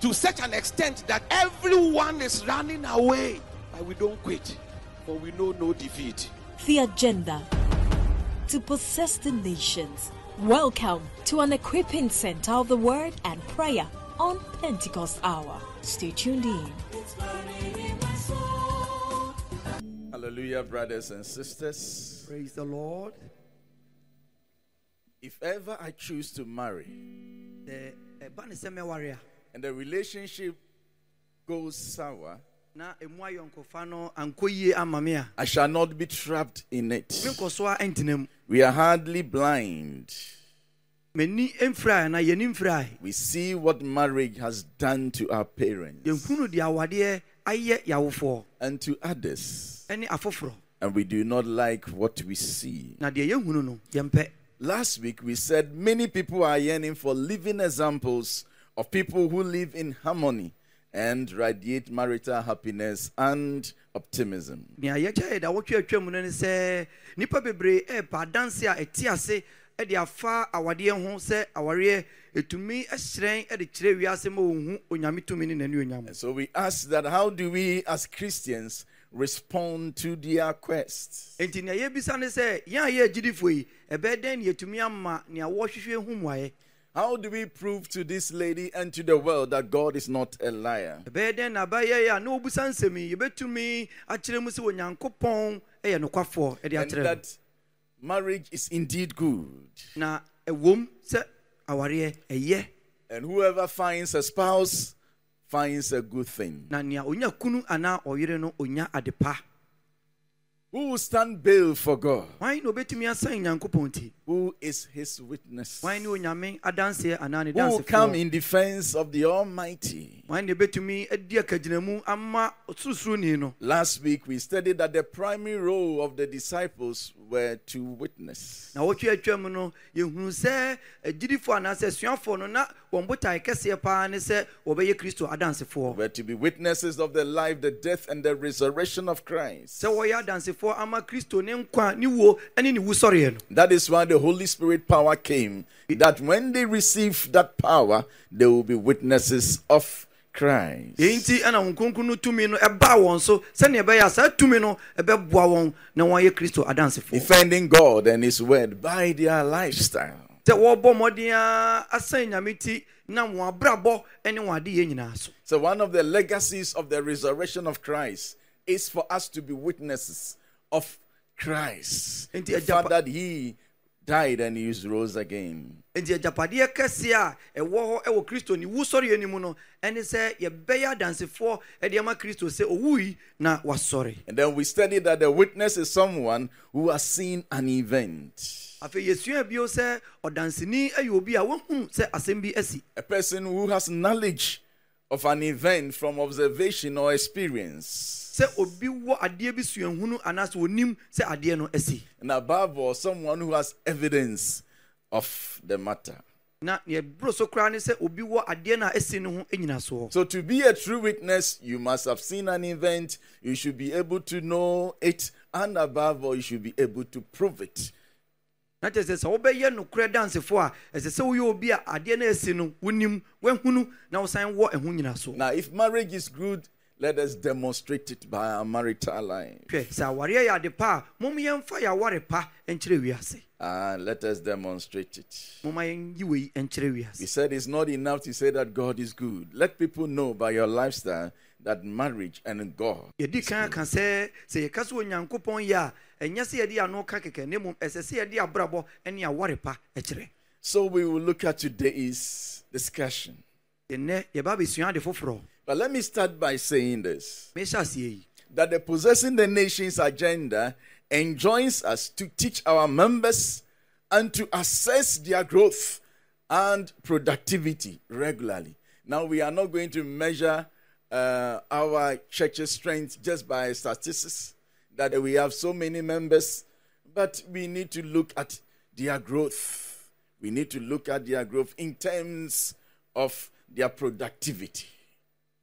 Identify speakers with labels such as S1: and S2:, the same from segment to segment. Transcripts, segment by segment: S1: to such an extent that everyone is running away. But we don't quit, for we know no defeat.
S2: The agenda to possess the nations. Welcome to an equipping center of the word and prayer on Pentecost Hour. Stay tuned in.
S3: Hallelujah, brothers and sisters.
S4: Praise the Lord.
S3: If ever I choose to marry
S4: The eh, ban is warrior.
S3: and the relationship goes sour,
S4: Na emu ayɔnkofa no ankɔ yie ama me a.
S3: I shall not be trapped in it.
S4: Me nkɔ so a ɛntena mu.
S3: We are hardly blind.
S4: M'ani mfira a na yɛni mfira a.
S3: We see what marriage has done to our parents
S4: Yɛnhunu deɛ awadeɛ ayɛ yawofoɔ
S3: and to others,
S4: ɛne afoforɔ.
S3: and we do not like what we see.
S4: Na deɛ yɛhunu no yɛmpɛ.
S3: Last week we said many people are yearning for living examples of people who live in harmony and radiate marital happiness and optimism.
S4: Nea yɛgya yɛ da wɔtwe atwa mu no ne sɛ nnipa bebree ɛɛpa adanse a ɛte ase ɛde afa awadeɛ ho sɛ awareɛ ɛtumi ɛhyerɛn ɛde kyerɛ wiase ma wɔhu onyame tumi ne n'ani onyam.
S3: And so we ask that how do we as Christians respond to their quest?
S4: Enti nea yɛbisa ne sɛ yɛn a yɛ agyidifoɔ yi ɛbɛyɛ dɛn ne yɛtumi ama nea wɔrehwehwɛ ho mmuaeɛ.
S3: How do we prove to this lady and to the world that God is not a liar?
S4: ɛbɛyɛ dɛn na abayɛ yi a na wɔbusa nsɛm yi yɛbɛtumi akyerɛ mu sɛ onyankopɔn yɛ nokwafoɔ ɛde
S3: And
S4: akyerɛ no
S3: that marriage is indeed good.
S4: na ɛwom sɛ awareɛ ɛyɛ
S3: And whoever finds a spouse finds a good thing.
S4: na nea ɔnya kunu anaa ɔyere no ɔnya ade pa
S3: Who will stand bail for God?
S4: wan na obɛtumi asan nyankopɔn ti
S3: Who is his witness?
S4: wan ne onyame adanseɛ anaa ne
S3: Who will come
S4: dansefoɔ
S3: in defense of the Almighty?
S4: wan na ɛbɛtumi adi akagyinamu ama sorosorooni no
S3: Last week we studied that the primary role of the disciples were to witness.
S4: na wɔtwe atwa mu no yɛhunu sɛ agyidifoɔ anaasɛ asuafoɔ no na wɔn botae kɛseɛ paa ne sɛ wɔbɛyɛ kristo adansefoɔ
S3: Were to be witnesses of the life, the death, and the resurrection of Christ.
S4: sɛ wɔyɛ adansefoɔ ama kristo ne nkwa ne wuo ne ne wusɔreɛ no
S3: That is why the Holy Spirit power came. That when they receive that power, they will be witnesses of Christ.
S4: ɛyi nti ɛna wɔn kronkron no tumi no ɛbaa wɔn so sɛnea ɛbɛyɛ a saa tumi no ɛbɛboa wɔn na wɔyɛ kristo adansefoɔ
S3: defending God and His word by their lifestyle.
S4: sɛ wɔbɔ mmɔden ara asɛn nyame ti nam wɔn abrabɔ ne wɔn adeyɛ nyinaa so
S3: So, one of the legacies of the resurrection of Christ is for us to be witnesses of Christ.
S4: Enti,
S3: the
S4: Ajapa-
S3: fact that He died and He rose again.
S4: enti agyapadeɛ kɛseɛ a ɛwɔ hɔ ɛwɔ kristo ne wusɔreɛ no mu no ɛne sɛ yɛbɛyɛ adansefoɔ ɛde ama kristo sɛ owui na wasɔre
S3: And then we studied that the witness is someone who has seen an event,
S4: afei yɛsua bio sɛ ɔdanseni ayɛ obi a wahunu sɛ asɛm bi asi
S3: a person who has knowledge of an event from observation or experience.
S4: sɛ obi wɔ adeɛ bi suahunu anaasɛ onim sɛ adeɛ no asi
S3: And above all, someone who has evidence of the matter.
S4: na yɛboro so koraa ne sɛ obi wɔ adeɛ no a asi no ho nyinasoɔ
S3: So, to be a true witness, you must have seen an event, you should be able to know it, and above all, you should be able to prove it.
S4: na kyerɛ sɛ sɛ wobɛyɛ nokorɛ dansefoɔ a ɛsɛ sɛ woyɛ obi a adeɛ no asi no wonim woahunu na wosan wɔ ɛho nyinasoɔ
S3: Now, if marriage is good, Let us demonstrate it by our marital life.
S4: hwɛ sɛ awareɛ yɛ ade pa a mom yɛmfa yɛaware pa nkyerɛ wiase
S3: Ah, let us demonstrate it.
S4: moma yɛnyi wei nkyerɛ
S3: He
S4: wiase
S3: said it's not enough to say that God is good. Let people know by your lifestyle that marriage and God.
S4: yɛdi kan ka sɛ sɛ yɛka sɛ onyankopɔn yɛ a ɛnyɛ sɛ yɛde ano ka kɛkɛ na mmom ɛsɛ sɛ yɛde abrabɔ ne aware pa kyerɛ
S3: So we will look at today's discussion.
S4: ɛnnɛ yɛba bɛsua ade foforɔ
S3: But let me start by saying this
S4: mehyɛ aseɛ yi
S3: that the Possessing the Nations agenda enjoins us to teach our members and to assess their growth and productivity regularly. Now, we are not going to measure uh, our church's strength just by statistics that we have so many members, but we need to look at their growth. We need to look at their growth in terms of their productivity.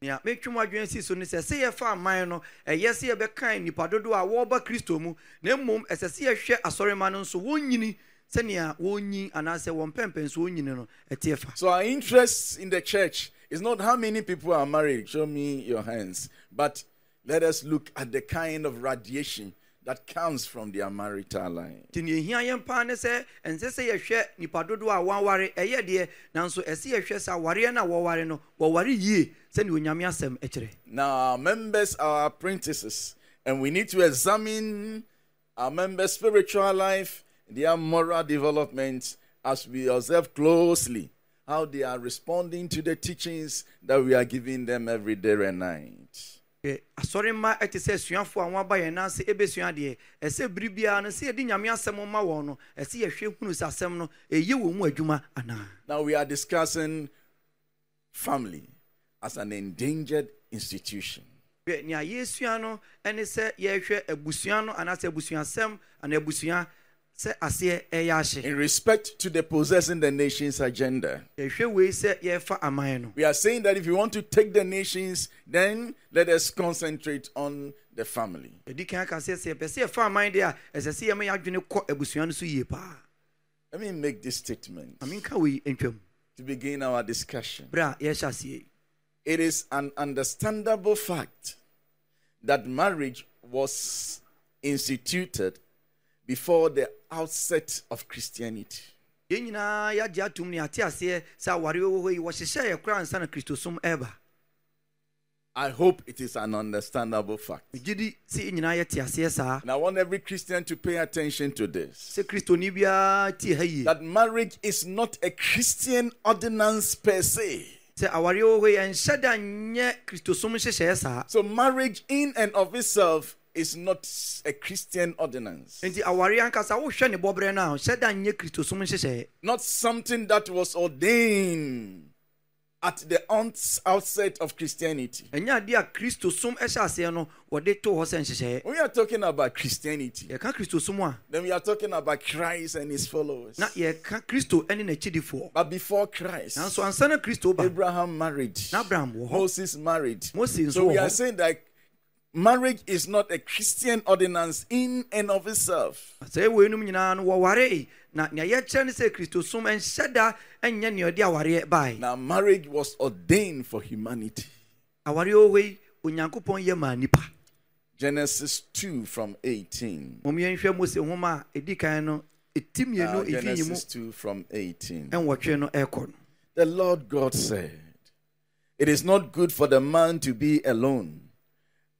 S4: nea metwem adwene si so ne sɛ sɛ yɛfa aman no ɛyɛ sɛ yɛbɛkan nnipa dodoɔ a wɔreba kristo mu na mmom ɛsɛ sɛ yɛhwɛ asɔrema no nso wɔnyini sɛnea wɔnyin anaasɛ wɔn pɛmpɛn so wɔnyini no ɛteɛ fa
S3: So our interest in the church is not how many people are married. Show me your hands. But let us look at the kind of radiation that comes from their marital life.
S4: nti nea ɛhia yɛn paa ne sɛ ɛnsɛ sɛ yɛhwɛ nnipa dodoɔ a wɔaware ɛyɛ deɛ nanso ɛsɛ yɛhwɛ sɛ awareɛ no a wɔware no wɔware yie sɛnea onyame asɛm ɛkyerɛ
S3: Now our members are apprentices, and we need to examine our members' spiritual life, their moral development, as we observe closely how they are responding to the teachings that we are giving them every day and night.
S4: Hwɛ, asɔrema ɛte sɛ asuafoɔ a wɔaba yɛn nan sɛ ɛbɛsua adeɛ ɛsɛ bere biara no sɛ yɛde nyame asɛm ma wɔn no ɛsɛ yɛhwɛ hunu sɛ asɛm no ɛyɛ wɔn mu adwuma anaa
S3: Now we are discussing family as an endangered institution.
S4: hwɛ nea yɛsua no ne sɛ yɛhwɛ abusua no anaasɛ abusuasɛm anaa abusua sɛ aseɛ ɛyɛ ahye
S3: In respect to the possessing the nations agenda,
S4: yɛhwɛ wei sɛ yɛfa aman no
S3: we are saying that if you want to take the nations, then let us concentrate on the family.
S4: ɛdi kan ka sɛ sɛ yɛpɛ sɛ yɛfa aman deɛ a ɛsɛ sɛ yɛma yɛadwene kɔ abusua no so yie paa
S3: Let me make this statement
S4: na menka wei ntwam
S3: to begin our discussion.
S4: berɛ a yɛhyɛ aseɛ yi
S3: It is an understandable fact that marriage was instituted before the outset of Christianity.
S4: yɛn nyinaa yɛagye atom ne ate aseɛ sɛ aware wɔ hɔ yi wɔhyehyɛ yɛ koraa ansa na kristosom ɛba
S3: I hope it is an understandable fact.
S4: megye di sɛ yɛn nyinaa yɛte aseɛ saa
S3: And I want every Christian to pay attention to this
S4: sɛ kristoni biara tie ha yie
S3: that marriage is not a Christian ordinance per se.
S4: sɛ aware wɔ hɔ yi ɛnhyɛ da nyɛ kristosom nhyehyɛeɛ saa
S3: So, marriage in and of itself is not a Christian ordinance,
S4: nti aware ankasa wohwɛ ne bɔberɛ no a hyɛ da nyɛ kristosom nhyehyɛeɛ
S3: not something that was ordained at the ons- outset of Christianity.
S4: ɛnyɛ ade a kristosom ɛhyɛ aseɛ no wɔde to hɔ sɛ nhyehyɛeɛ
S3: When we are talking about Christianity,
S4: yɛka kristosom a
S3: then we are talking about Christ and his followers.
S4: na yɛka kristo ne n'akyidifoɔ
S3: But before Christ,
S4: nanso ansa na kristo ba
S3: Abraham married.
S4: na abraham wɔ hɔ
S3: Moses married.
S4: Moses
S3: so we
S4: wɔ
S3: are
S4: hɔ.
S3: saying that marriage is not a Christian ordinance in and of itself.
S4: sɛ weinom nyinaa no wɔwaree na nea yɛkyerɛ ne sɛ kristosom ɛnhyɛ da ɛnyɛ nea ɔde awareɛ bae
S3: Now, marriage was ordained for humanity.
S4: awareɛ ɔwɔ yi onyankopɔn yɛ maa nnipa
S3: Genesis 2 from 18.
S4: mom yɛnhwɛ mose homa a ɛdi kan no ɛti
S3: Uh,
S4: mmienu ɛfi nyi mu
S3: Genesis 2 from 18.
S4: ɛnwɔtwe no ɛkɔ no
S3: The Lord God said, It is not good for the man to be alone.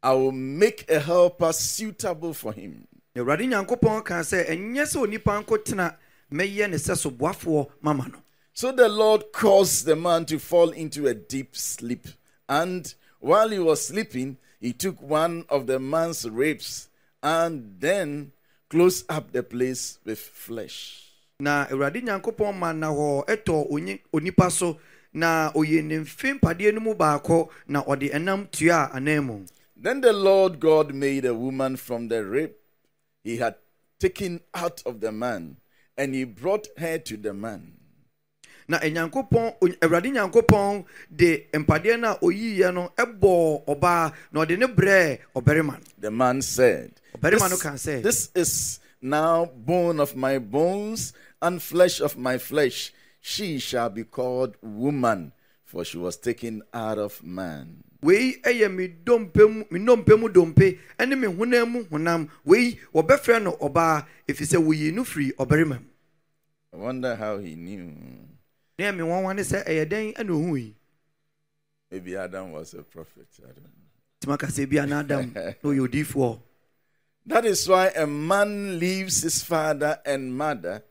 S3: I will make a helper suitable for him.
S4: Na awurade nyankopɔn kaa sɛ ɛnyɛ sɛ onipa nko tena mɛyɛ ne sɛ soboafoɔ mama no
S3: So the Lord caused the man to fall into a deep sleep. And while he was sleeping, he took one of the man's ribs and then closed up the place with flesh.
S4: na awurade nyankopɔn ma na hɔ ɛtɔ onyi- onipa so na ɔyɛ ne mfe mpadeɛ no mu baakɔ na ɔde ɛnam tua anan mu
S3: Then the Lord God made a woman from the rib he had taken out of the man, and he brought her to the man.
S4: na nyankopɔn awurade nyankopɔn de mpadeɛ no a oyiiɛ no ɛbɔɔ ɔbaa na ɔde ne brɛɛ ɔbarima no
S3: The man said,
S4: Very man who can say.
S3: This is now bone of my bones and flesh of my flesh. She shall be called woman, for she was taken out of man.
S4: wei yɛ me dompe mu me nnompe mu dompe ne me honam mu honam wei wɔbɛfrɛ no ɔbaa ɛfiri sɛ woyii no firi ɔbarima mu
S3: I wonder how he knew.
S4: ne ɛme wɔnwa ne sɛ ɛyɛ dɛn ne ɔhu yi
S3: Maybe Adam was a prophet. I don't know.
S4: nti maka sɛ bia na adam na ɔyɛ odiyifoɔ
S3: That is why a man leaves his father and mother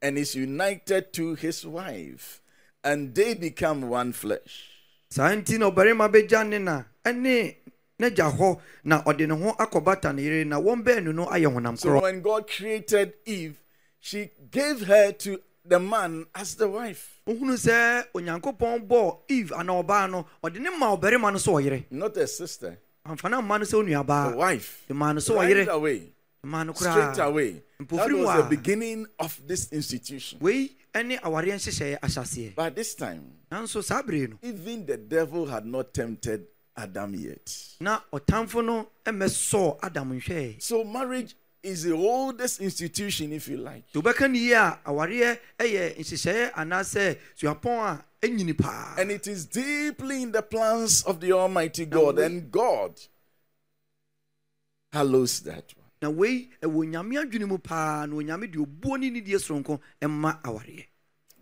S3: and is united to his wife, and they become one flesh.
S4: saa nti na ɔbarima bɛgya ne na ɛne n'agya hɔ na ɔde ne ho akɔbata ne yere na wɔn baanu no ayɛ honam
S3: So
S4: korɔ
S3: when God created Eve, she gave her to the man as the wife,
S4: ohunu sɛ onyankopɔn bɔɔ eve anaa ɔbaa no ɔde ne ma ɔbarima no sɛ ɔyere
S3: not a sister,
S4: amfana mma no sɛ
S3: a
S4: onuabaa
S3: wife.
S4: ɛma no sɛ
S3: Right
S4: ɔyere
S3: away,
S4: ɛma no
S3: straight
S4: koraa
S3: away. That
S4: Mpofiri
S3: was
S4: wa.
S3: the beginning of this institution.
S4: wei ne awareɛ nhyehyɛeɛ ahyaseɛ
S3: By this time,
S4: nanso saa bere no
S3: even the devil had not tempted Adam yet.
S4: na ɔtamfo no mmɛ sɔɔ adam nhwɛe
S3: So marriage is the oldest institution, if you like.
S4: nti wobɛka no yie a awareɛ yɛ nhyehyɛeɛ anaasɛ suapɔn a ɛnyini paa
S3: And it is deeply in the plans of the Almighty God, and God hallows that one.
S4: na wei ɛwɔ nyame adwene mu paa na onyame de obuo ne nidie soronko ɛma awareɛ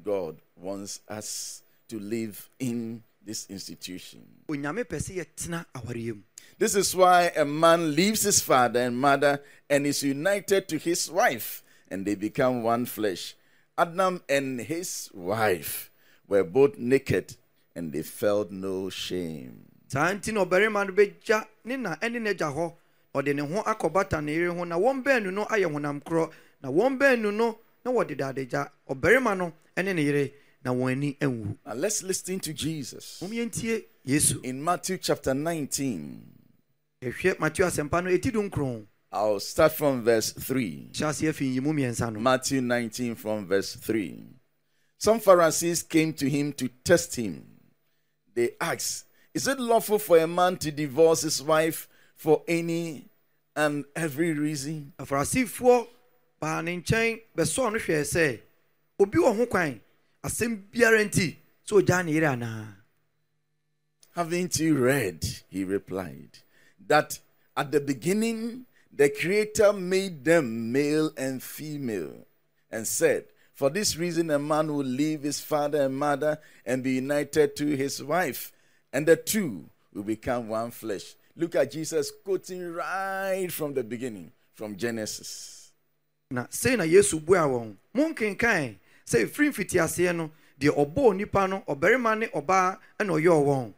S3: God wants us to live in this institution.
S4: onyame pɛ sɛ yɛtena awareɛ mu
S3: This is why a man leaves his father and mother and is united to his wife, and they become one flesh. Adam and his wife were both naked, and they felt no shame.
S4: saa nti na ɔbarima no bɛgya ne na ɛne n'agya hɔ ɔde ne ho akɔbata ne yere ho na wɔn baanu no ayɛ honam korɔ na wɔn baanu no na wɔde daadagya ɔbarima no ɛne ne yere na wɔn ani anwu
S3: Now let's listen to Jesus.
S4: mom yɛntie yesu
S3: In Matthew chapter 19,
S4: yɛhwɛ mateo asɛmpa no ɛti do nkron
S3: I'll start from verse 3.
S4: hyɛ aseɛ fi nyimu mmiɛnsa no
S3: Matthew 19, from verse 3. Some Pharisees came to him to test him. They asked, Is it lawful for a man to divorce his wife for any and every reason?
S4: afarisifoɔ baa ne nkyɛn bɛsɔɔ no hwɛɛ sɛ obi wɔ ho kwan asɛm biara nti sɛ ogyaa ne yere anaa
S3: Haven't you read, he replied, that at the beginning the Creator made them male and female, and said, For this reason a man will leave his father and mother and be united to his wife, and the two will become one flesh. Look at Jesus quoting right from the beginning, from Genesis.
S4: na sei na yesu buaa wɔn monkenkan sɛ ɛfiri mfitiaseɛ no deɛ ɔbɔɔ onipa no ɔbarima ne ɔbaa ɛna ɔyɛɛ wɔn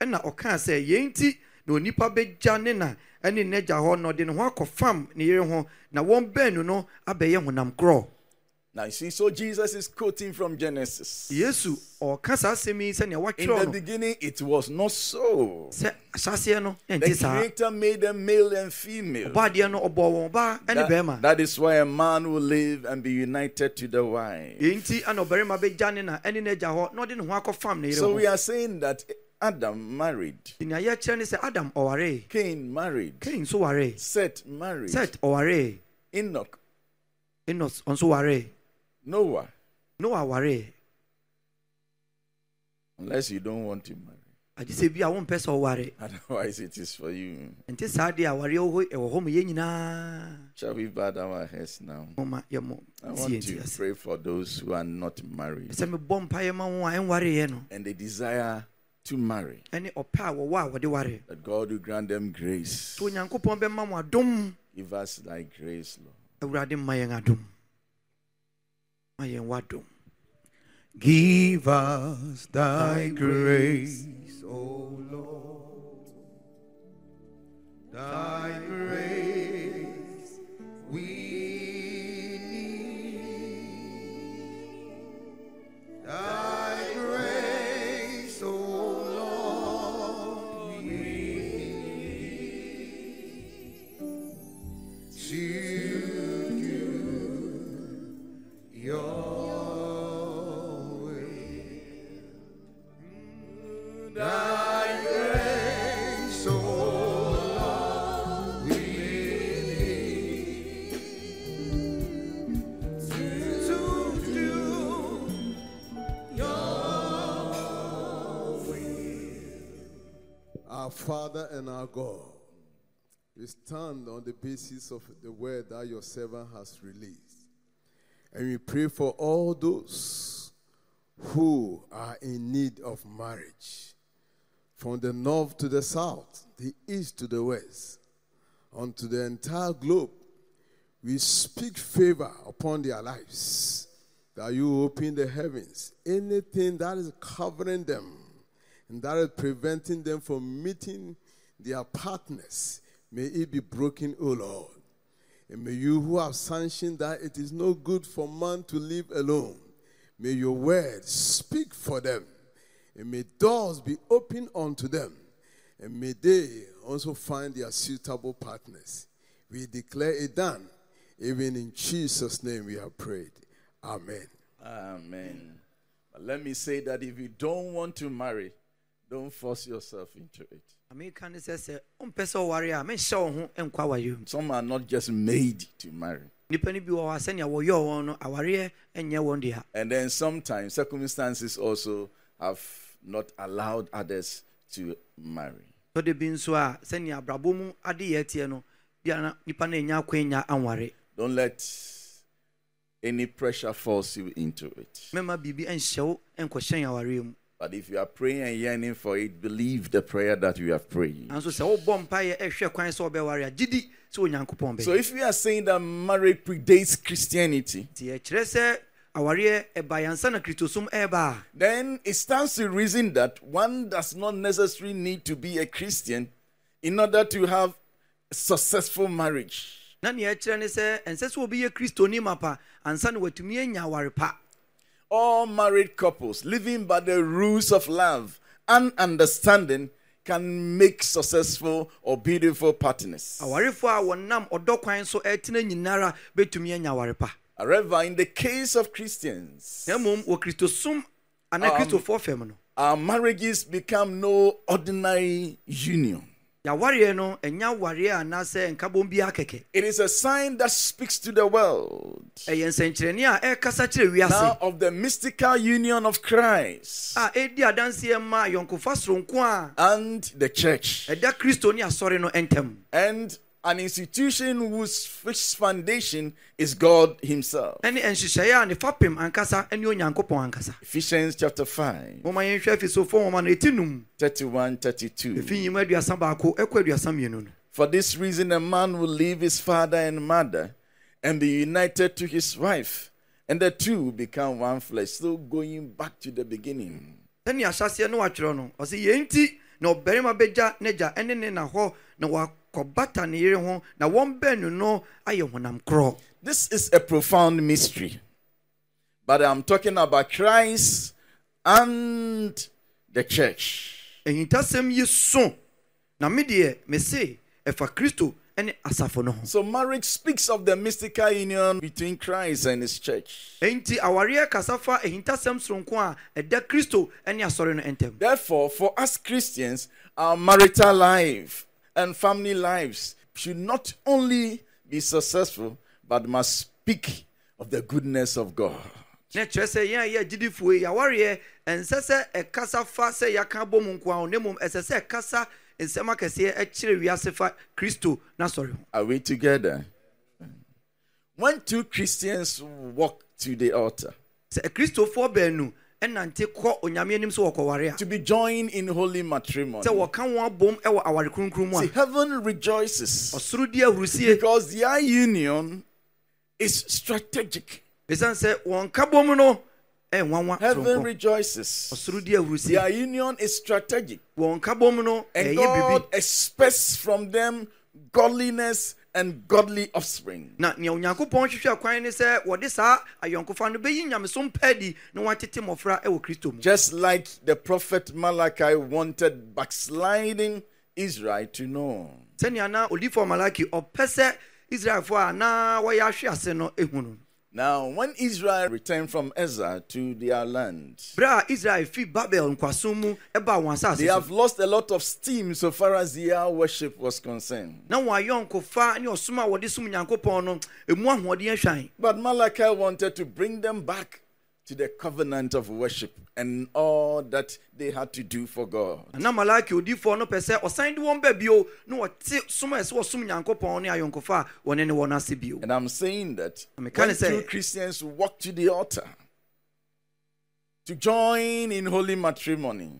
S4: ɛna ɔkaa sɛ yɛn nti na onipa bɛgya ne na ɛne n'agya hɔ na ɔde ne ho akɔfam ne yere ho na wɔn baanu no abɛyɛ honam korɔ
S3: Now you see, so Jesus is quoting from Genesis.
S4: yesu ɔɔka saa asɛm yi sɛnea
S3: In the
S4: wɔatwerɛ no
S3: beginning it was not so.
S4: sɛ ahyɛseɛ no ɛnte
S3: The
S4: saa
S3: Creator made them male and female.
S4: ɔbaadeɛ no ɔbɔɔ wɔn ɔbaa ɛne
S3: That-
S4: bɛrima
S3: that is why a man will live and be united to the wife.
S4: yɛn nti ɛna ɔbarima bɛgya ne na ɛne n'agya hɔ na ɔde ne ho akɔfam ne yere
S3: So we
S4: ho
S3: are saying that Adam married,
S4: nti nea yɛkyerɛ ne sɛ adam ɔwaree
S3: Cain married,
S4: kain nso waree
S3: Seth married,
S4: set ɔware
S3: Enoch,
S4: enos ɔnso ware
S3: Noah.
S4: noa ware
S3: Unless you don't want to marry,
S4: agye sɛ bi a wompɛ sɛ ɔware
S3: otherwise it is for you.
S4: nti saa deɛ awareɛ wɔ hɔ- ɛwɔ hɔ mu yɛ nyinaa
S3: Shall we bow down our heads now?
S4: moma yɛmɔ
S3: I
S4: sie
S3: want
S4: nti
S3: to
S4: ase
S3: pray for those who are not married
S4: sɛ mebɔ mpayɛ ma wo a ɛnwareeɛ no
S3: and they desire to marry.
S4: ɛne ɔpɛ a wɔwɔ a wɔde ware
S3: That God will grant them grace.
S4: nti onyankopɔn bɛma mo adom
S3: Give us thy grace, Lord.
S4: awurade ma yɛn adom ma yɛn wadom give us thy grace
S3: Thy
S5: Our Father and our God, we stand on the basis of the word that your servant has released. And we pray for all those who are in need of marriage, from the north to the south, the east to the west, unto the entire globe. We speak favor upon their lives, that you open the heavens. Anything that is covering them, and that is preventing them from meeting their partners. May it be broken, O Lord. And may you who have sanctioned that it is no good for man to live alone, may your word speak for them. And may doors be opened unto them. And may they also find their suitable partners. We declare it done. Even in Jesus' name we have prayed. Amen.
S3: Amen. But let me say that if you don't want to marry, don't force yourself into it.
S4: ameka ne sɛ sɛ wompɛ sɛ ɔware a menhyɛ wo ho nkɔ awareɛ mu
S3: Some are not just made to marry.
S4: nnipa no bi wɔ hɔ a sɛnea wɔyɛɛ wɔn no awareɛ nyɛ wɔn dea
S3: And then sometimes circumstances also have not allowed others to marry.
S4: tɔde bi nso a sɛnea abrabɔ mu adeyɛ teɛ no biana nnipa no ɛnya akwannya anware
S3: Don't let any pressure force you into it.
S4: mɛma biribi nhyɛ wo nkɔhyɛn awareɛ mu
S3: But if you are praying and yearning for it, believe the prayer that you have prayed.
S4: nanso sɛ wobɔ mpaeɛ ɛhwɛ kwan sɛ wobɛware a gyidi sɛ onyankopɔn
S3: So
S4: bɛ
S3: if we are saying that marriage predates Christianity,
S4: nti ɛkyerɛ sɛ awareɛ ɛba yɛnsa na kristosom ɛɛba a
S3: then it stands to reason that one does not necessarily need to be a Christian in order to have a successful marriage.
S4: na neɛ ɛkyerɛ ne sɛ ɛnsɛ sɛ obi yɛ kristoni ma pa ansa na watumi anya aware pa
S3: All married couples living by the rules of love and understanding can make successful or beautiful partners.
S4: awarefoɔ a wɔnam ɔdɔ kwan so ɛtena nyinara bɛtumi anya aware pa
S3: However, in the case of Christians,
S4: na mmom wɔ kristosom anaa kristofoɔ fam no
S3: our marriages become no ordinary union.
S4: yɛawareɛ no ɛnya wareɛ anaasɛ nkabom biara kɛkɛ
S3: It is a sign that speaks to the world
S4: ɛyɛ nsɛnkyerɛnne a ɛrekasa kyerɛ wiase
S3: now of the mystical union of Christ.
S4: a ɛdi adanseɛ ma yɔnkofa soronko a
S3: and the church
S4: ɛda kristo ne asɔre no ntɛm
S3: and an institution whose fixed foundation is God Himself.
S4: ɛne nhyehyɛeɛ a ne fapem ankasa ne onyankopɔn ankasa
S3: Ephesians chapter 5,
S4: moma yɛnhwɛ afisofo nwoma no ɛti num
S3: 31 32.
S4: ɛfi nyima aduasa baako ɛkɔ aduasa mmienu no
S3: For this reason, a man will leave his father and mother and be united to his wife, and the two become one flesh. So, going back to the beginning,
S4: sɛnea ahyɛseɛ no watwerɛ no ɔsɛ yɛn nti na ɔbarima bɛgya n'agya ɛne ne na hɔ na wakɔbata ne yere ho na wɔn baanu no ayɛ honam korɔ
S3: this is a profound mystery. But I'm talking about Christ and the church.
S4: ahintasɛm yi so na me deɛ mese ɛfa kristo ne asafo no ho
S3: So marriage speaks of the mystical union between Christ and his church.
S4: enti awareɛ kasa fa ahintasɛm soronko a ɛda kristo ne asɔre no ntam
S3: Therefore, for us Christians, our marital life and family lives should not only be successful, but must speak of the goodness of God.
S4: na kyerɛ sɛ yɛn a yɛ agyidifoɔ yi awareɛ ɛnsɛ sɛ ɛkasa fa sɛ yɛaka bɔ mu nko a na mmom ɛsɛ sɛ ɛkasa nsɛm akɛseɛ ɛkyerɛ wiase fa kristo n'asɔre ho
S3: Are we together? When two Christians walk to the altar
S4: sɛ akristofoɔ baanu ɛnante kɔ onyame anim sɛ wɔkɔware
S3: to
S4: a
S3: be joined in holy matrimony,
S4: sɛ wɔka wɔn abom ɛwɔ aware kronkron mu a
S3: see, heaven rejoices
S4: ɔsoro di ahurusie
S3: because their union is strategic.
S4: ɛsiane sɛ wɔn ka bom no ɛnwanwa
S3: Heaven
S4: soronko
S3: rejoices.
S4: ɔsoro di ahurusie
S3: Their union is strategic,
S4: wɔn ka bom no
S3: and
S4: ɛyɛ
S3: God
S4: biribi
S3: expects from them godliness and godly offspring.
S4: na nea onyankopɔn hwehwɛ kwan ne sɛ wɔde saa ayɔnkofa no bɛyi nyamesom pɛ adi na wɔatete mmɔfra ɛwɔ kristo mu
S3: Just like the prophet Malachi wanted backsliding Israel to know.
S4: sɛnea na odifoɔ malaki ɔpɛ sɛ israelfoɔ a na wɔyɛ ahwe ase no ɛhu no
S3: Now, when Israel returned from Ezra to their land,
S4: berɛ a israel fi babel nkwaso mu ɛbaa wɔn asase
S3: they
S4: so
S3: have lost a lot of steam so far as their worship was concerned.
S4: na wɔn ayɔnkofa ne ɔsom a wɔde som nyankopɔn no emu ahoɔden ahwan
S3: But Malachi wanted to bring them back to the covenant of worship and all that they had to do for God.
S4: na malaki odiifoɔ no pɛ sɛ ɔsan de wɔn bɛ bio na wɔte som a ɛsɛ wɔsom nyankopɔn ne ayɔnkofa a wɔne ne wɔ no ase bio
S3: And I'm saying that
S4: Ame
S3: when
S4: kane sɛ-
S3: two Christians walk to the altar to join in holy matrimony,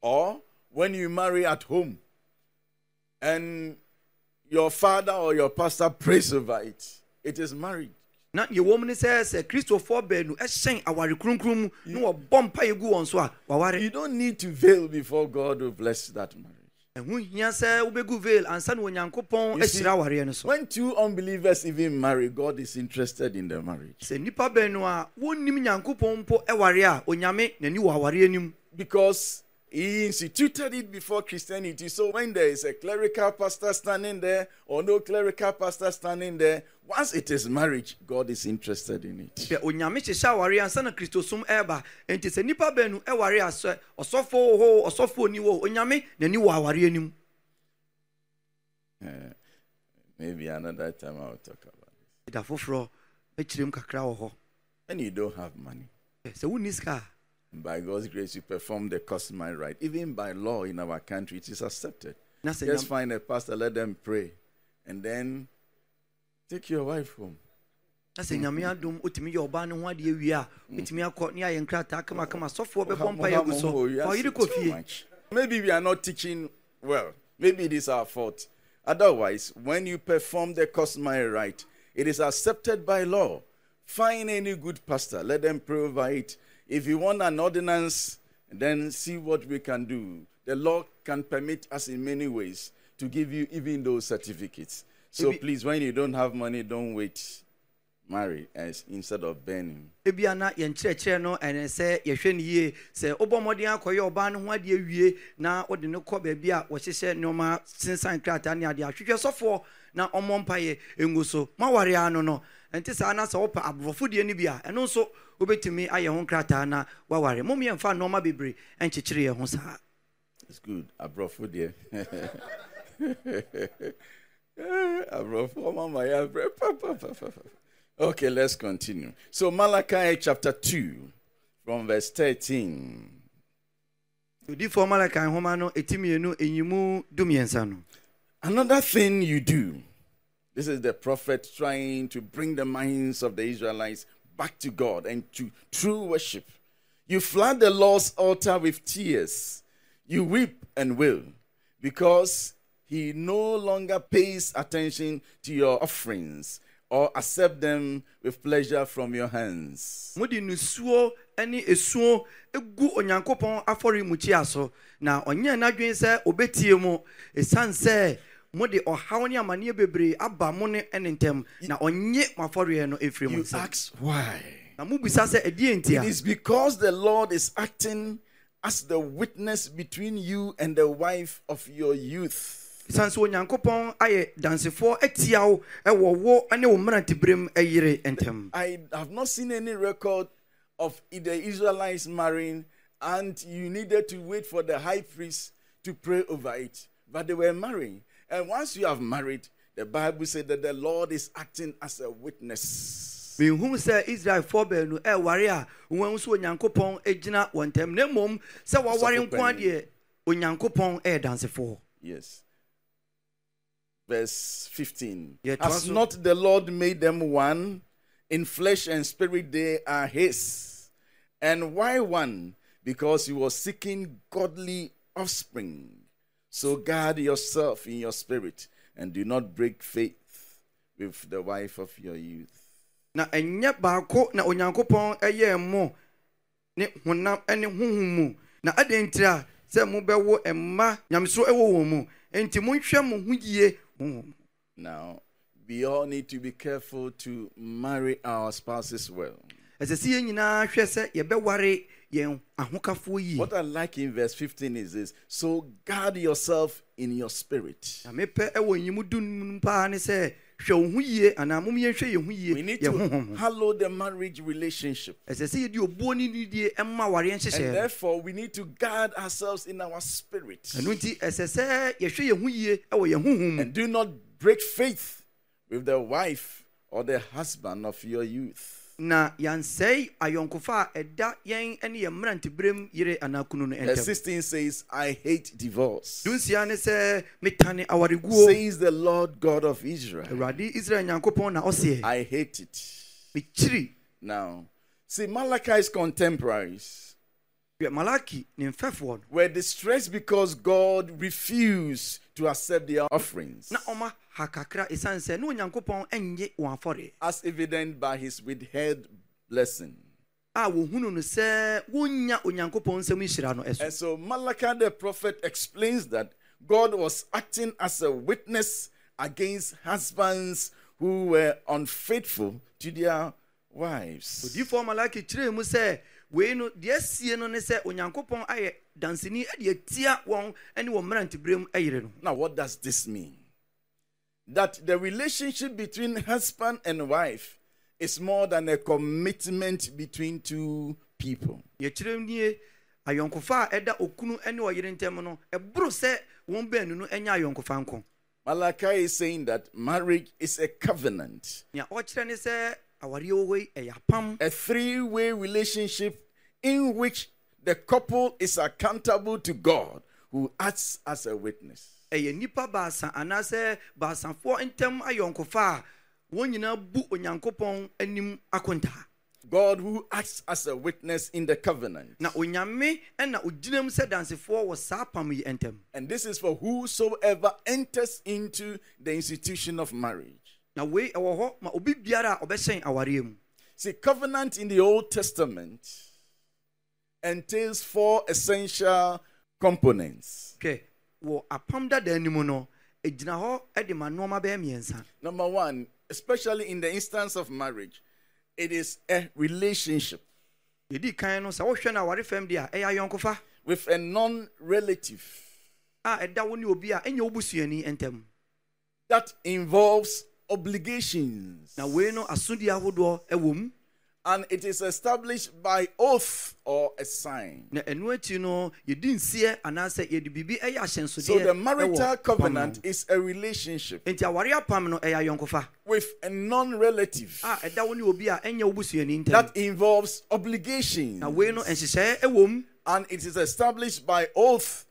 S3: or when you marry at home and your father or your pastor prays over it, it is marriage.
S4: na yɛwɔm ne sɛ sɛ kristofoɔ baanu ɛhyɛn aware kronkron mu na wɔbɔ mpa yɛgu wɔn so a
S3: You
S4: waware
S3: don't need to veil before God will bless that marriage.
S4: ɛho hia sɛ wobɛgu veil ansa na onyankopɔn
S3: You see,
S4: ahyira awareɛ no so
S3: When two unbelievers even marry, God is interested in their marriage
S4: sɛ nnipa baanu a wɔnnim nyankopɔn mpo ɛware a onyame n'ani wɔ awareɛ no mu
S3: because He instituted it before Christianity. So when there is a clerical pastor standing there or no clerical pastor standing there, once it is marriage, God is interested in it.
S4: sɛ onyame hyehyɛ awareɛ ansa na kristosom ɛreba enti sɛ nnipa baanu ɛware a sɛ ɔsɔfo wɔ hɔ o, ɔsɔfo oni wɔ hɔ o, onyame n'ani wɔ awareɛ no mu
S3: Maybe another time I'll talk about it.
S4: da foforɔ akyire mu kakra wɔ hɔ
S3: When you don't have money,
S4: Ɛ, sɛ wonni sika a
S3: by God's grace, you perform the customary right. Even by law in our country, it is accepted.
S4: na sɛ
S3: Just
S4: Nyame-
S3: find a pastor, let them pray, and then take your wife home.
S4: na sɛ nyame adom otumi yɛ ɔbaa ne ho adeɛ wie a wobɛtumi akɔ ne ayɛ nkrataa kamakama sɔfoɔ bɛbɔ mpa yɛ gu so
S3: Oh, yes,
S4: fa ɔyere
S3: too
S4: kɔ fie
S3: much. Maybe we are not teaching well. Maybe it is our fault. Otherwise, when you perform the customary rite, it is accepted by law. Find any good pastor, let them pray over it. If you want an ordinance, then see what we can do. The law can permit us in many ways to give you even those certificates. So
S4: Maybe-
S3: please, when you don't have money, don't wait. Marry as instead of burning.
S4: ebia na yɛn kyerɛkyerɛ no ɛnɛ sɛ yɛhwɛ no yie sɛ wobɔ mmɔden akɔyɛ ɔbaa no ho adeɛ wie na wode no kɔ baabi a wɔhyehyɛ nneɔma sensan krataa ne adeɛ ahwehwɛ sɔfoɔ na ɔmmɔ mpayɛ ɛngu so moaware a no no ɛnte saa na sɛ wopa aborɔfodeɛ no bi a ɛno nso wobɛtumi ayɛ ho krataa na woaware mom yɛmfa nneɔma bebree ɛnkyekyere yɛ ho saa
S3: It's good. Abrofo deɛ. Eh, Abrofo ọmọ my abro. pa, pa, pa, pa, pa. Okay, let's continue. So Malachi chapter 2 from verse 13.
S4: odifoɔ malaka nhoma no ɛtimienu ɛnyimu dumiɛnsa no
S3: Another thing you do. This is the prophet trying to bring the minds of the Israelites back to God and to true worship. You flood the Lord's altar with tears. You weep and wail because he no longer pays attention to your offerings or accept them with pleasure from your hands.
S4: mode nusuo ne esuo egu onyankopɔn afɔre mu kyia so na ɔnyɛ n'adwene sɛ obetie mu esiane sɛ mode ɔhaw ne amanneɛ bebree aba mo ne ne ntɛm na ɔnye mo afɔreɛ no efiri mo
S3: You
S4: nsam
S3: ask why?
S4: na mubisa sɛ ɛdeɛ nti
S3: It
S4: a
S3: is because the Lord is acting as the witness between you and the wife of your youth.
S4: esiane sɛ onyankopɔn ayɛ dansefoɔ atia wo ɛwɔ wo ne wo mmeranteberem ɛyere ntɛm
S3: I have not seen any record of the Israelites marrying, and you needed to wait for the high priest to pray over it. But they were marrying. And once you have married, the Bible said that the Lord is acting as a witness.
S4: mehum sɛ israelfoɔ baanu ɛware a wɔn nso onyankopɔn gyina wɔn ntɛm na mmom sɛ wɔaware nko
S3: Ɔsɔfopanin.
S4: adeɛ onyankopɔn ɛyɛ dansefoɔ
S3: Yes. Verse 15.
S4: Yeah, it
S3: Has
S4: was-
S3: not the Lord made them one? In flesh and spirit they are his. And why one? Because he was seeking godly offspring. So guard yourself in your spirit and do not break faith with the wife of your youth.
S4: na ɛnyɛ baako na onyankopɔn ɛyɛ mo ne honam ɛne honhom mu na adɛn ntiri a sɛ mobɛwo mma nyamesoro ɛwɔ wɔn mu enti monhwɛ mo ho yie honhom
S3: Now, we all need to be careful to marry our spouses well.
S4: ɛsɛ sɛ yɛn nyinaa hwɛ sɛ yɛbɛware yɛn ahokafoɔ
S3: What
S4: yie
S3: I like in verse 15 is this so guard yourself in your spirit.
S4: na mepɛ ɛwɔ nyimu du mu paa ne sɛ hwɛ wo ho yie anaa mom yɛnhwɛ yɛn ho
S3: We
S4: yie
S3: need to
S4: yɛn honhom ho
S3: hallow the marriage relationship.
S4: ɛsɛ sɛ yɛde obuo ne nidie ɛma wareɛ nhyehyɛɛ
S3: And
S4: no
S3: therefore, we need to guard ourselves in our spirit
S4: ɛno nti ɛsɛ sɛ yɛhwɛ yɛn ho yie ɛwɔ yɛn honhom mu
S3: and do not break faith with the wife or the husband of your youth.
S4: na yɛnsɛe ayɔnkofa a ɛda yɛn ne yɛn mmeranteberɛm yere anaa kunu no
S3: Verse
S4: ɛntɛm
S3: 16 says, I hate divorce,
S4: dunsia ne sɛ metane awareguo
S3: says the Lord God of Israel.
S4: awurade israel nyankopɔn na ɔseɛ
S3: I hate it.
S4: mekyiri
S3: Now, see, Malachi's contemporaries
S4: hwɛ malaki ne mfɛfoɔ no
S3: were distressed because God refused to accept their offerings,
S4: na ɔma ha kakra ɛsiane sɛ ne onyankopɔn ɛnnye wɔn afɔre
S3: as evident by his withheld blessing.
S4: a wɔhunu no sɛ wonya onyankopɔn nsɛm nhyira no ɛso
S3: And so Malachi the prophet explains that God was acting as a witness against husbands who were unfaithful to their wives.
S4: odiyifoɔ malaki kyerɛɛ mu sɛ wei no deɛ sie no ne sɛ onyankopɔn ayɛ danseni de atia wɔn ne wɔn mmeranteberɛ mu ayere no
S3: Now, what does this mean? That the relationship between husband and wife is more than a commitment between two people.
S4: yɛkyerɛ nie ayɔnkofa a ɛda okunu ne ɔyere ntam no ɛboro sɛ wɔn baanu no anya ayɔnkofa nko
S3: Malachi is saying that marriage is a covenant,
S4: nea ɔkyerɛ ne sɛ awareɛ wɔ hɔ yi ɛyɛ apam
S3: a three way relationship in which the couple is accountable to God, who acts as a witness.
S4: ɛyɛ nnipa baasa anaasɛ baasafoɔ ntam ayɔnkofa a wɔn nyinaa bu onyankopɔn anim akontaa
S3: God, who acts as a witness in the covenant.
S4: na onyame ɛna ogyinam sɛ dansefoɔ wɔ saa apam yi ntam
S3: And this is for whosoever enters into the institution of marriage.
S4: na wei ɛwɔ hɔ ma obi biara a ɔbɛhyɛn awareɛ mu
S3: See, covenant in the Old Testament entails four essential components.
S4: hwɛ wɔ apam dadaa no mu no ɛgyina hɔ ɛde ma nnoɔma bɛyɛ mmiɛnsa
S3: Number one, especially in the instance of marriage, it is a relationship
S4: yɛdii kan no sɛ wohwɛ no aware fam deɛ a ɛyɛ ayɔnkofa
S3: with a non relative
S4: a ɛda wo ne obi a ɛnyɛ wo busuani ntam
S3: that involves obligations
S4: na wei no asodie ahodoɔ ɛwɔ mu
S3: and it is established by oath or a sign.
S4: na ɛno akyi no yɛdi nseɛ anaasɛ yɛde biribi ɛyɛ
S3: So
S4: ahyɛnsodeɛ
S3: the marital
S4: ɛwɔ apam no
S3: covenant
S4: ho.
S3: is a relationship
S4: enti aware apam no ɛyɛ ayɔnkofa
S3: with a non relative
S4: a ɛda wo ne obi a ɛnyɛ wo busuani ntam
S3: that involves obligations.
S4: na wei no ɛnhyehyɛeɛ ɛwɔ mu
S3: and it is established by oath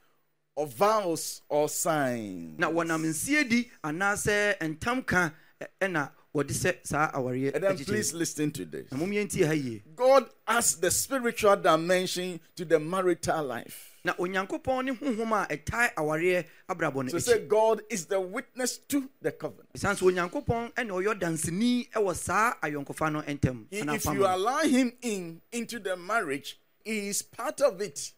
S3: or vows or signs.
S4: na wɔnam nsie di anaasɛ ntam ka ɛ- ɛna wɔde sɛ saa awareɛ
S3: And then
S4: akyekyere.
S3: please listen to this.
S4: na momiɛntie ha yie
S3: God adds the spiritual dimension to the marital life.
S4: na onyankopɔn ne honhom a ɛtae awareɛ abrabɔ
S3: So
S4: no akyi
S3: say God is the witness to the covenant.
S4: ɛsiane sɛ onyankopɔn ɛne ɔyɛ danseni ɛwɔ saa ayɔnkofa no ntam
S3: He-
S4: anaa
S3: if
S4: apam
S3: you
S4: no.
S3: allow him in into the marriage, he is part of it.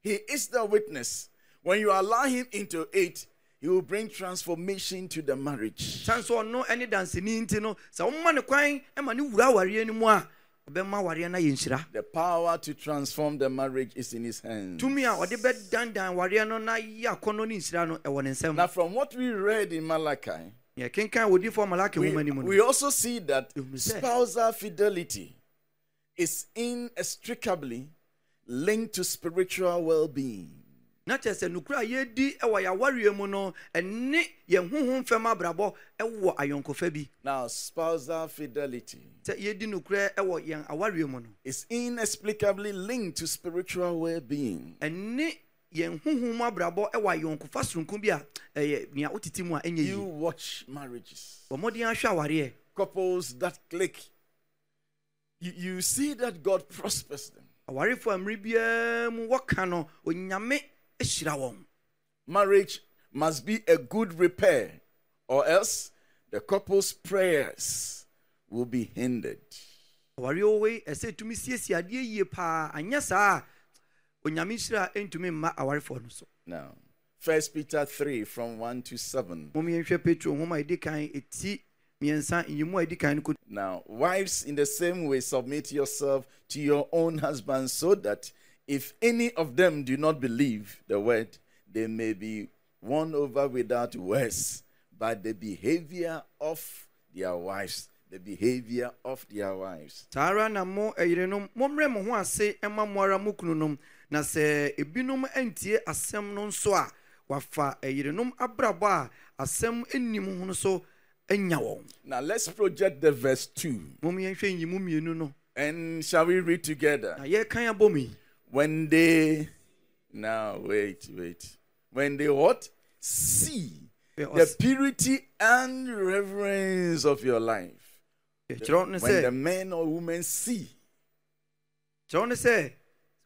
S3: He is the witness. When you allow him into it, he will bring transformation to the marriage.
S4: ɛsiane sɛ ɔno ne danseni nti no sɛ woma ne kwan ma ne wura awareɛ no mu a ɔbɛma awareɛ no ayɛ nhyira
S3: The power to transform the marriage is in his hands.
S4: tumi a ɔde bɛdandan awareɛ no na yɛ akɔnnɔ ne nhyira no ɛwɔ ne nsɛm
S3: Now, from what we read in Malachi,
S4: yɛ kenkan wɔdifoɔ malake
S3: we,
S4: homa no mu
S3: we
S4: no
S3: also see that
S4: Ehun sɛ-
S3: spousal fidelity is inextricably linked to spiritual well being.
S4: na kyerɛ sɛ nokora a yɛdi ɛwɔ yɛ awareɛ mu no ɛne yɛn honhom fam abrabɔ ɛwɔ ayɔnkofa bi
S3: Now, spousal fidelity
S4: sɛ yɛdi nokorɛ ɛwɔ yɛn awareɛ mu no
S3: is inexplicably linked to spiritual well being.
S4: ɛne yɛn honhom mu abrabɔ ɛwɔ ayɔnkofa soronko bi a ɛyɛ nea wotete mu a ɛnyɛ
S3: You
S4: yi
S3: watch marriages,
S4: ɔmmɔden ahwɛ awareɛ
S3: couples that click. You, you see that God prospers them.
S4: awarefoɔ a mmere biara mu wɔka no onyame ahyira wɔn
S3: Marriage must be a good repair, or else the couple's prayers will be hindered.
S4: awareɛ wɔ yi ɛsɛ tumi siesie adeɛ yie paa anyɛ saa a onyame nhyira ɛntumi mma awarefoɔ no so
S3: Now, First Peter three from one to seven.
S4: momiɛnhwɛ petro nhoma a ɛdi kan ɛti miɛnsa nyimu a ɛdi kan no kɔ
S3: Now, wives, in the same way, submit yourself to your own husbands, so that if any of them do not believe the word, they may be won over without words by the behavior of their wives. The behavior of their wives.
S4: saa ara na mo ɛyerenom mommrɛ mo ho ase ɛma mo ara mo kununom na sɛ ebinom antie eh, asɛm no nso a wafa ɛyerenom abrabɔ a asɛm nnim ho no so anya wɔn
S3: Now let's project the verse 2
S4: mom yɛnhwɛ nyimu mmienu no
S3: and shall we read
S4: na
S3: together?
S4: yɛrekan abɔ mi
S3: When they now wait, wait. When they what? See
S4: Yeah,
S3: the
S4: us-
S3: purity and reverence of your life.
S4: kyerɛw ne
S3: When the
S4: sɛ
S3: men or women see
S4: kyerɛw ne sɛ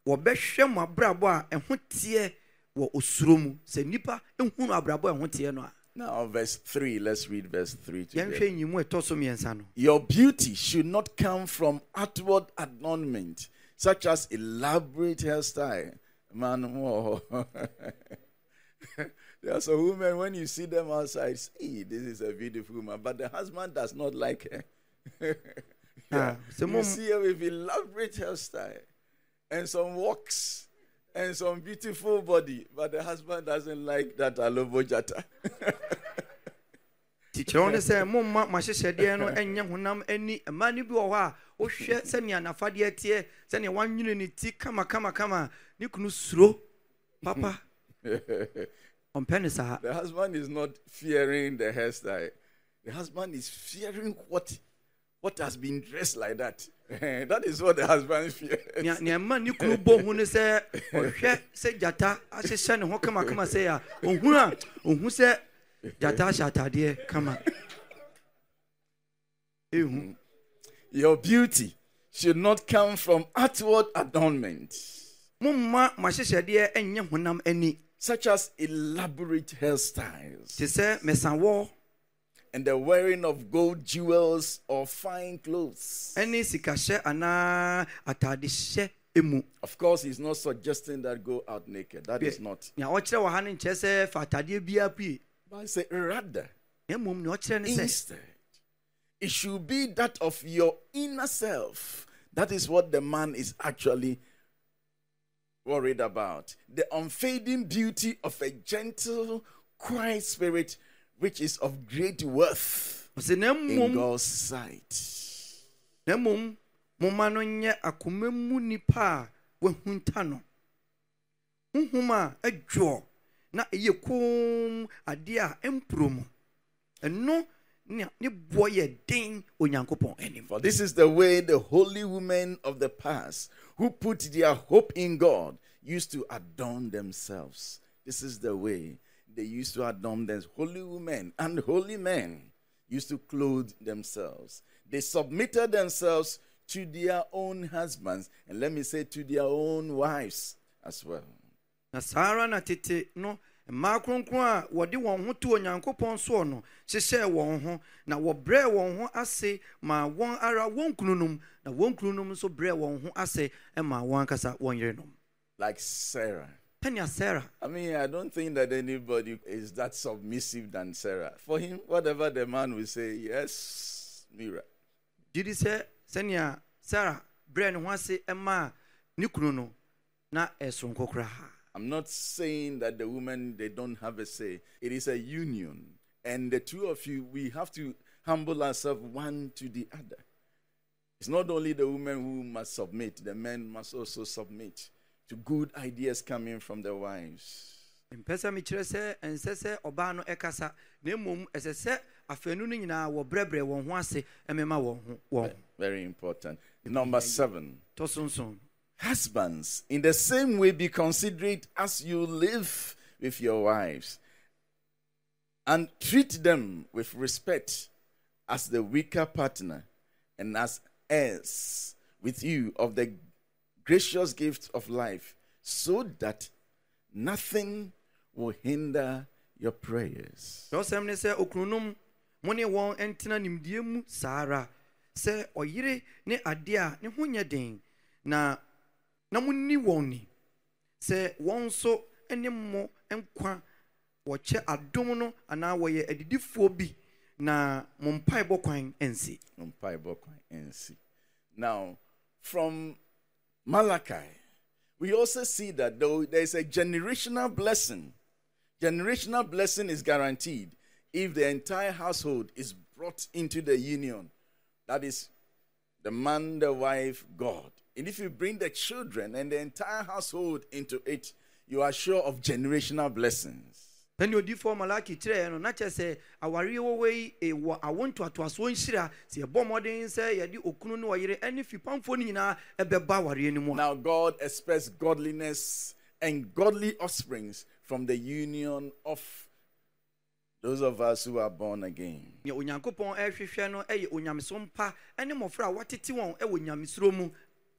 S4: wɔbɛhwɛ mo abrabɔ a ɛho teɛ wɔ osuro mu sɛ nnipa ehunu abrabɔ a ɛho teɛ no a
S3: now verse 3. Let's read verse 3 together.
S4: yɛnhwɛ nyimu a ɛtɔ so mmiɛnsa no
S3: Your beauty should not come from outward adornment, such as elaborate hairstyle. Man, whoa. there are some women, when you see them outside, see, this is a beautiful woman, but the husband does not like her.
S4: Ah, so
S3: you
S4: mom-
S3: see her with elaborate hairstyle and some walks and some beautiful body, but the husband doesn't like that alobo jata.
S4: nti kyerɛw ne sɛ momma mo ahyehyɛdeɛ no ɛnyɛ honam ani mmaa no bi wɔ hɔ a oh, wohwɛ sɛnea nafadeɛ teɛ sɛnea wanwene ne ti kamakamakama ne kunu suro papa ɔmpɛ ne saa
S3: The husband is not fearing the hairstyle. The husband is fearing what, what has been dressed like that. that is what the husband fears.
S4: Nea- nea ɛma ne kunu bɔ hu ne sɛ ɔhwɛ sɛ gyata ahyehyɛ ne ho kamakama sɛ a ɔhunu a ɔhu sɛ gyata ahyɛ atadeɛ kama Eh, ɛhu
S3: Your beauty should not come from outward adornment,
S4: momma mo ahyehyɛdeɛ ɛnyɛ honam ani
S3: such as elaborate hairstyles
S4: te sɛ mesawɔ
S3: and the wearing of gold jewels or fine clothes.
S4: ɛne sikahyɛ anaa atadehyɛ emu
S3: Of course, he's not suggesting that go out naked. That is not.
S4: nea ɔkyerɛ wɔ ha no nkyerɛ sɛ fa atadeɛ biara pie
S3: But I say, rather,
S4: na mmom nea ɔkyerɛ ne sɛ
S3: Instead, it should be that of your inner self. That is what the man is actually worried about. The unfading beauty of a gentle, quiet spirit, which is of great worth
S4: ɔsɛ na
S3: in
S4: mmom
S3: God's sight.
S4: na mmom moma no nyɛ akoma mu nnipa a wahunta no honhom a adwoɔ na ɛyɛ kom adeɛ a ɛmpuro mu ɛno nea ne boɔ yɛ den onyankopɔn anim
S3: For this is the way the holy women of the past, who put their hope in God, used to adorn themselves. This is the way they used to adorn them. Holy women and holy men used to clothe themselves. They submitted themselves to their own husbands, and let me say, to their own wives as well.
S4: na saa ara na tete no mmaa kronkron a wɔde wɔn ho to onyankopɔn soɔ no hyehyɛɛ wɔn ho na wɔbrɛɛ wɔn ho ase ma wɔn ara wɔn kununom na wɔn kununom nso brɛɛ wɔn ho ase ma wɔn ankasa wɔn yerenom
S3: Like Sarah.
S4: pɛnea sara
S3: I mean, I don't think that anybody is that submissive than Sarah. For him, whatever the man will say, yes, Mira.
S4: gyidi sɛ sɛnea sara brɛɛ ne ho ase ma ne kunu no na ɛsoronko koraa
S3: I'm not saying that the women they don't have a say. It is a union, and the two of you we have to humble ourselves one to the other. It's not only the women who must submit; the men must also submit to good ideas coming from their wives.
S4: mpɛ sɛ mekyerɛ sɛ ɛnsɛ sɛ ɔbaa no ɛkasa na mmom ɛsɛ sɛ afanu no nyinaa wɔbrɛbrɛ wɔn ho ase mema wɔn ho wɔn ho
S3: Very important. Number seven.
S4: tɔ so nson
S3: Husbands, in the same way, be considerate as you live with your wives and treat them with respect as the weaker partner and as heirs with you of the gracious gift of life, so that nothing will hinder your prayers.
S4: kyerɛwsɛm ne sɛ okununom mo ne wɔn ntena nimdeɛ mu saa ara sɛ ɔyere ne adeɛ a ne ho nyɛ den na na monni wɔn ni sɛ wɔn nso ne mo nkwa wɔkyɛ adom no anaa wɔyɛ adidifoɔ bi na mo mpaebɔ kwan nsi
S3: Mpae bɔ kwan nsi. Now, from Malachi, we also see that though there is a generational blessing, generational blessing is guaranteed if the entire household is brought into the union. That is the man, the wife, God. And if you bring the children and the entire household into it, you are sure of generational blessings.
S4: ɛne odiyifoɔ malaki kyerɛɛ no na kyerɛ sɛ awareɛ wɔwɔ yi eh, wɔ awo ntoatoasoɔ nhyira sɛ yɛbɔ mmɔden sɛ yɛde okunu ne ɔyere ne fipamfoɔ no nyinaa ɛbɛba awareɛ no mu a
S3: Now God expects godliness and godly offsprings from the union of those of us who are born again.
S4: nea onyankopɔn ɛrehwehwɛ no ɛyɛ onyamesom pa ne mmɔfra a wɔtete wɔn wɔ nyamesuro mu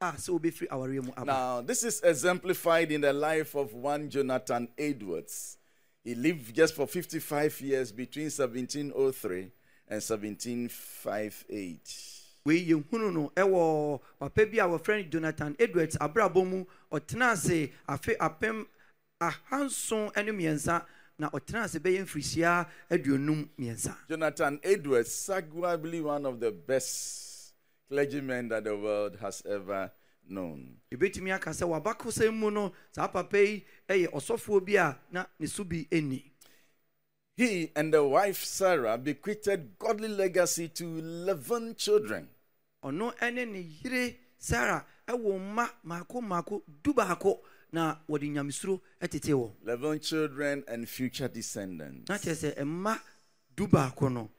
S4: a sɛ wɔbɛfiri awareɛ mu aba
S3: Now, this is exemplified in the life of one Jonathan Edwards. He lived just for 55 years between 1703 and 1758.
S4: wei yɛhunu no ɛwɔ papa bi a wɔfrɛ no jonathan edwards abrabɔ mu ɔtena ase afe apem ahanson ne mmiɛnsa na ɔtena ase bɛyɛ mfirihyia aduonum mmiɛnsa
S3: Jonathan Edwards, arguably one of the best clergymen that the world has ever known.
S4: yɛbɛtumi aka sɛ wɔabakosɛm mu no saa papa yi yɛ ɔsɔfoɔ bi a na ne so bi ni
S3: He and the wife Sarah bequeathed godly legacy to 11 children.
S4: ɔno ne ne yere sara ɛwɔ mma maako maako dubaako na wɔde nyamesuro tete wɔ
S3: 11 children and future descendants.
S4: na kyerɛ sɛ mma dubaako no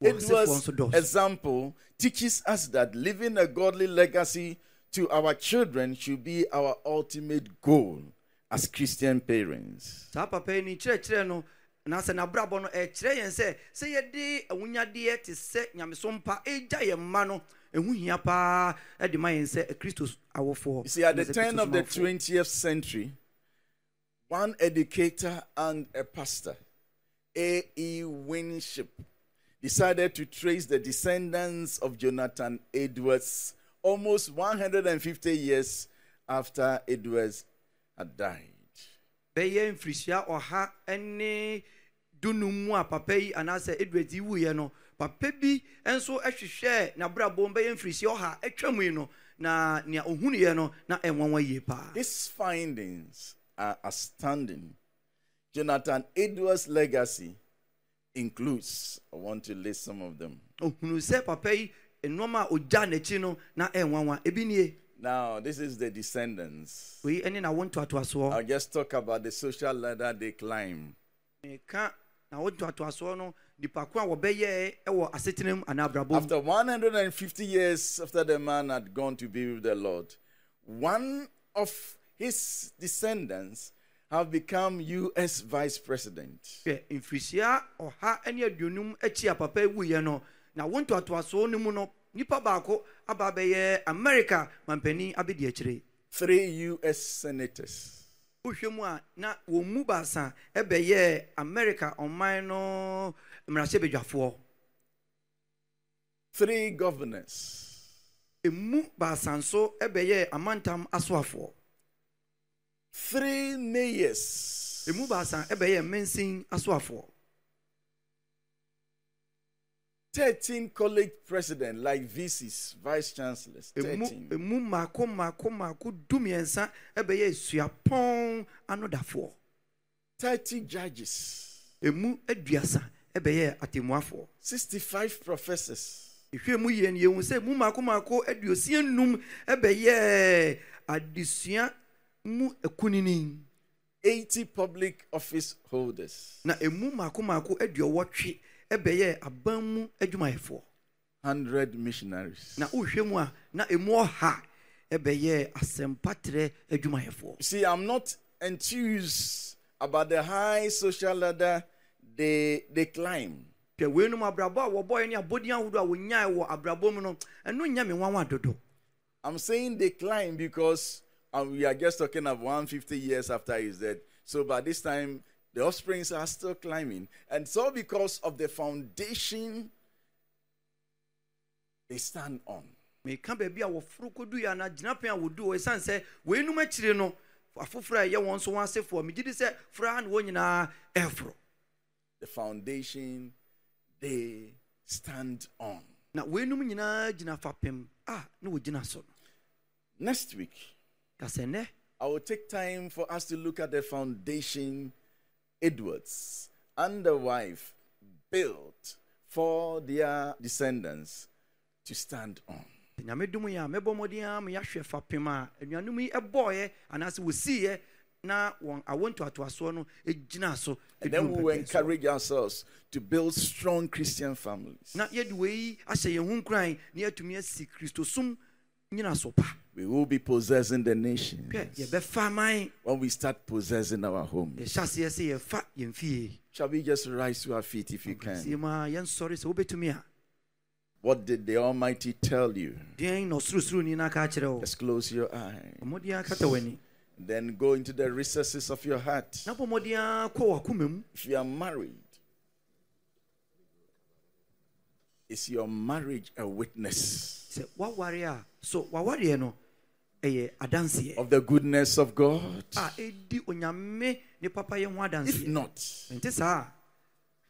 S4: wɔn sefoɔ
S3: Edward's
S4: nso dɔɔso
S3: example teaches us that leaving a godly legacy to our children should be our ultimate goal as Christian parents.
S4: saa papa yi ne kyerɛkyerɛ no anaasɛ n'abrabɔ no ɛkyerɛ yɛn sɛ sɛ yɛde ahonyadeɛ te sɛ nyameso mpa ɛgya yɛn mma no ɛho hia paa de ma yɛn sɛ kristo awofoɔ
S3: You see, at the
S4: anaasɛ
S3: turn
S4: Kristo
S3: of the
S4: somanfoɔ.
S3: 20th century, one educator and a pastor, A.E. Winship, decided to trace the descendants of Jonathan Edwards almost 150 years after Edwards had died.
S4: bɛyɛ mfirihyia ɔha ne dunum mu a papa yi anaasɛ edward yi wuiɛ no papa bi nso hwehwɛɛ n'abrabom bɛyɛ mfirihyia ɔha atwa mu yi no na nea ohunuiɛ no na ɛnwanwa yie paa
S3: These findings are astounding. Jonathan Edwards' legacy includes, I want to list some of them.
S4: ohunu sɛ papa yi nneɛma a ogya n'akyi no na ɛnwanwa ebi nie
S3: Now, this is the descendants.
S4: oyi ne n'awo ntoatoasoɔ
S3: I'll just talk about the social ladder they climb.
S4: ɛka n'awo ntoatoasoɔ no nipako a wɔbɛyɛ ɛwɔ asetena mu anaa abrabom
S3: After 150 years after the man had gone to be with the Lord, one of his descendants have become U.S. vice president.
S4: hwɛ mfirihyia ɔha ne aduonum akyi a papa wuiɛ no na wo ntoatoasoɔ no mu no nnipa baako aba bɛyɛ amerika mampanin abɛdi akyire
S3: Three U.S. senators.
S4: wohwɛ mu a na wɔn mu baasa bɛyɛ amerika ɔman no mmarahyɛbadwafoɔ
S3: Three governors.
S4: ɛmu baasa nso bɛyɛ amantam asoafoɔ
S3: three mayors,
S4: ɛmu baasa bɛyɛ mmansin asoafoɔ
S3: 13 college president like VCs, vice chancellors,
S4: ɛmu
S3: 13.
S4: ɛmu mmaako mmaako mmaako dumiɛnsa bɛyɛ suapɔn anodafoɔ
S3: 30 judges,
S4: ɛmu aduasa bɛyɛ atemmuafoɔ
S3: 65 professors,
S4: ehwɛ mu yie no yɛhu sɛ mu maako maako aduosia num ɛbɛyɛ adesua mu akunini
S3: 80 public office holders,
S4: na emu maako maako aduɔwɔtwe ɛbɛyɛ aban mu adwumayɛfoɔ
S3: 100 missionaries.
S4: na wohwɛ mu a na emu ɔha ɛbɛyɛ asɛmpatrɛ adwumayɛfoɔ
S3: You see, I'm not enthused about the high social ladder they, they climb.
S4: hwɛ weinom abrabɔ a wɔbɔɛ ne abɔden ahodoɔ a wɔnyae wɔ abrabɔ mu no ɛno nya me nwanwa dodo
S3: I'm saying they climb because um, we are just talking of 150 years after his death. So by this time, the offsprings are still climbing. And so because of the foundation they stand on.
S4: meka baabi a wɔforo kɔduiɛ anaa gyinapɛn a wɔdu hɔ ɛsiane sɛ weinom akyiri no afoforɔ a ɛyɛ wɔn nso wɔn asefoɔ megye di sɛ fraa ne wɔn nyinaa ɛforo
S3: The foundation they stand on.
S4: na weinom nyinaa gyina fapem a na wɔgyina so no
S3: Next week,
S4: ka sɛ nnɛ
S3: I will take time for us to look at the foundation Edwards and the wife built for their descendants to stand on.
S4: sɛ nyame dom yɛ a mɛbɔ mmɔden a meyɛahwɛ fapem a anuanom yi ɛbɔɔeɛ anaasɛ wɔsiiɛ na wɔn awo ntoatoasoɔ no gyina so
S3: And then
S4: ɛduru
S3: we will
S4: mpɛpɛ so.
S3: encourage ourselves to build strong Christian families.
S4: na yɛde wei ahyɛ yɛn ho nkuran na yɛatumi asi kristosom nnyinaso pa
S3: We will be possessing the nation
S4: hwɛ yɛbɛfa aman
S3: when we start possessing our home.
S4: yɛhyɛ aseɛ sɛ yɛfa yɛn fie
S3: Shall we just rise to our feet if you
S4: sie
S3: can?
S4: mu a yɛnsɔre sɛ wobɛtumi a
S3: What did the Almighty tell you?
S4: deɛn na ɔsorosoroni no aka akyerɛ wo
S3: Just close your eyes.
S4: ɔmmɔden akata w'ani
S3: Then go into the recesses of your heart.
S4: na bɔ mmɔden ara kɔ w'akoma mu
S3: If you are married, is your marriage a witness
S4: sɛ woaware a ah. so wawareɛ no ɛyɛ adanseɛ
S3: of the goodness of God?
S4: a ɛdi onyame ne papayɛ ho
S3: If
S4: adanseɛ
S3: not,
S4: ɛnte saa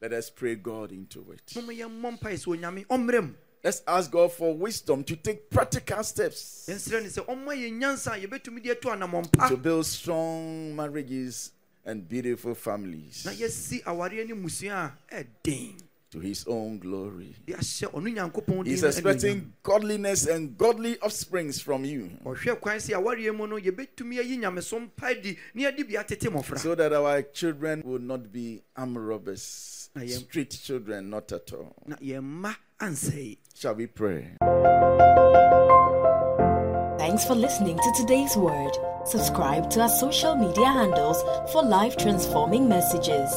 S3: let us pray God into it.
S4: a moma yɛmmɔ mpae sɛ onyame ɔmmerɛ mu
S3: Let's ask God for wisdom to take practical steps
S4: yɛnsrɛ ne sɛ ɔmma yɛ nyansa a yɛbɛtumi de ato
S3: to
S4: anammɔmpa
S3: build strong marriages and beautiful
S4: na
S3: families
S4: yɛasi awareɛ ne mmusua a ɛden
S3: to His own glory.
S4: de ahyɛ ɔno nyankopɔn din
S3: He's
S4: no anuonyam.
S3: expecting godliness and godly offsprings from you
S4: ɔhwɛ kwan sɛ awareɛ mu no yɛbɛtumi ayi nyamesom pa di ne yɛde bi atete mmɔfra
S3: so that our children will not be armed robbers,
S4: I am-
S3: street children, not at all.
S4: na yɛmma ansɛe
S3: Shall we pray?
S2: Thanks for listening to today's word. Subscribe to our social media handles for life transforming messages.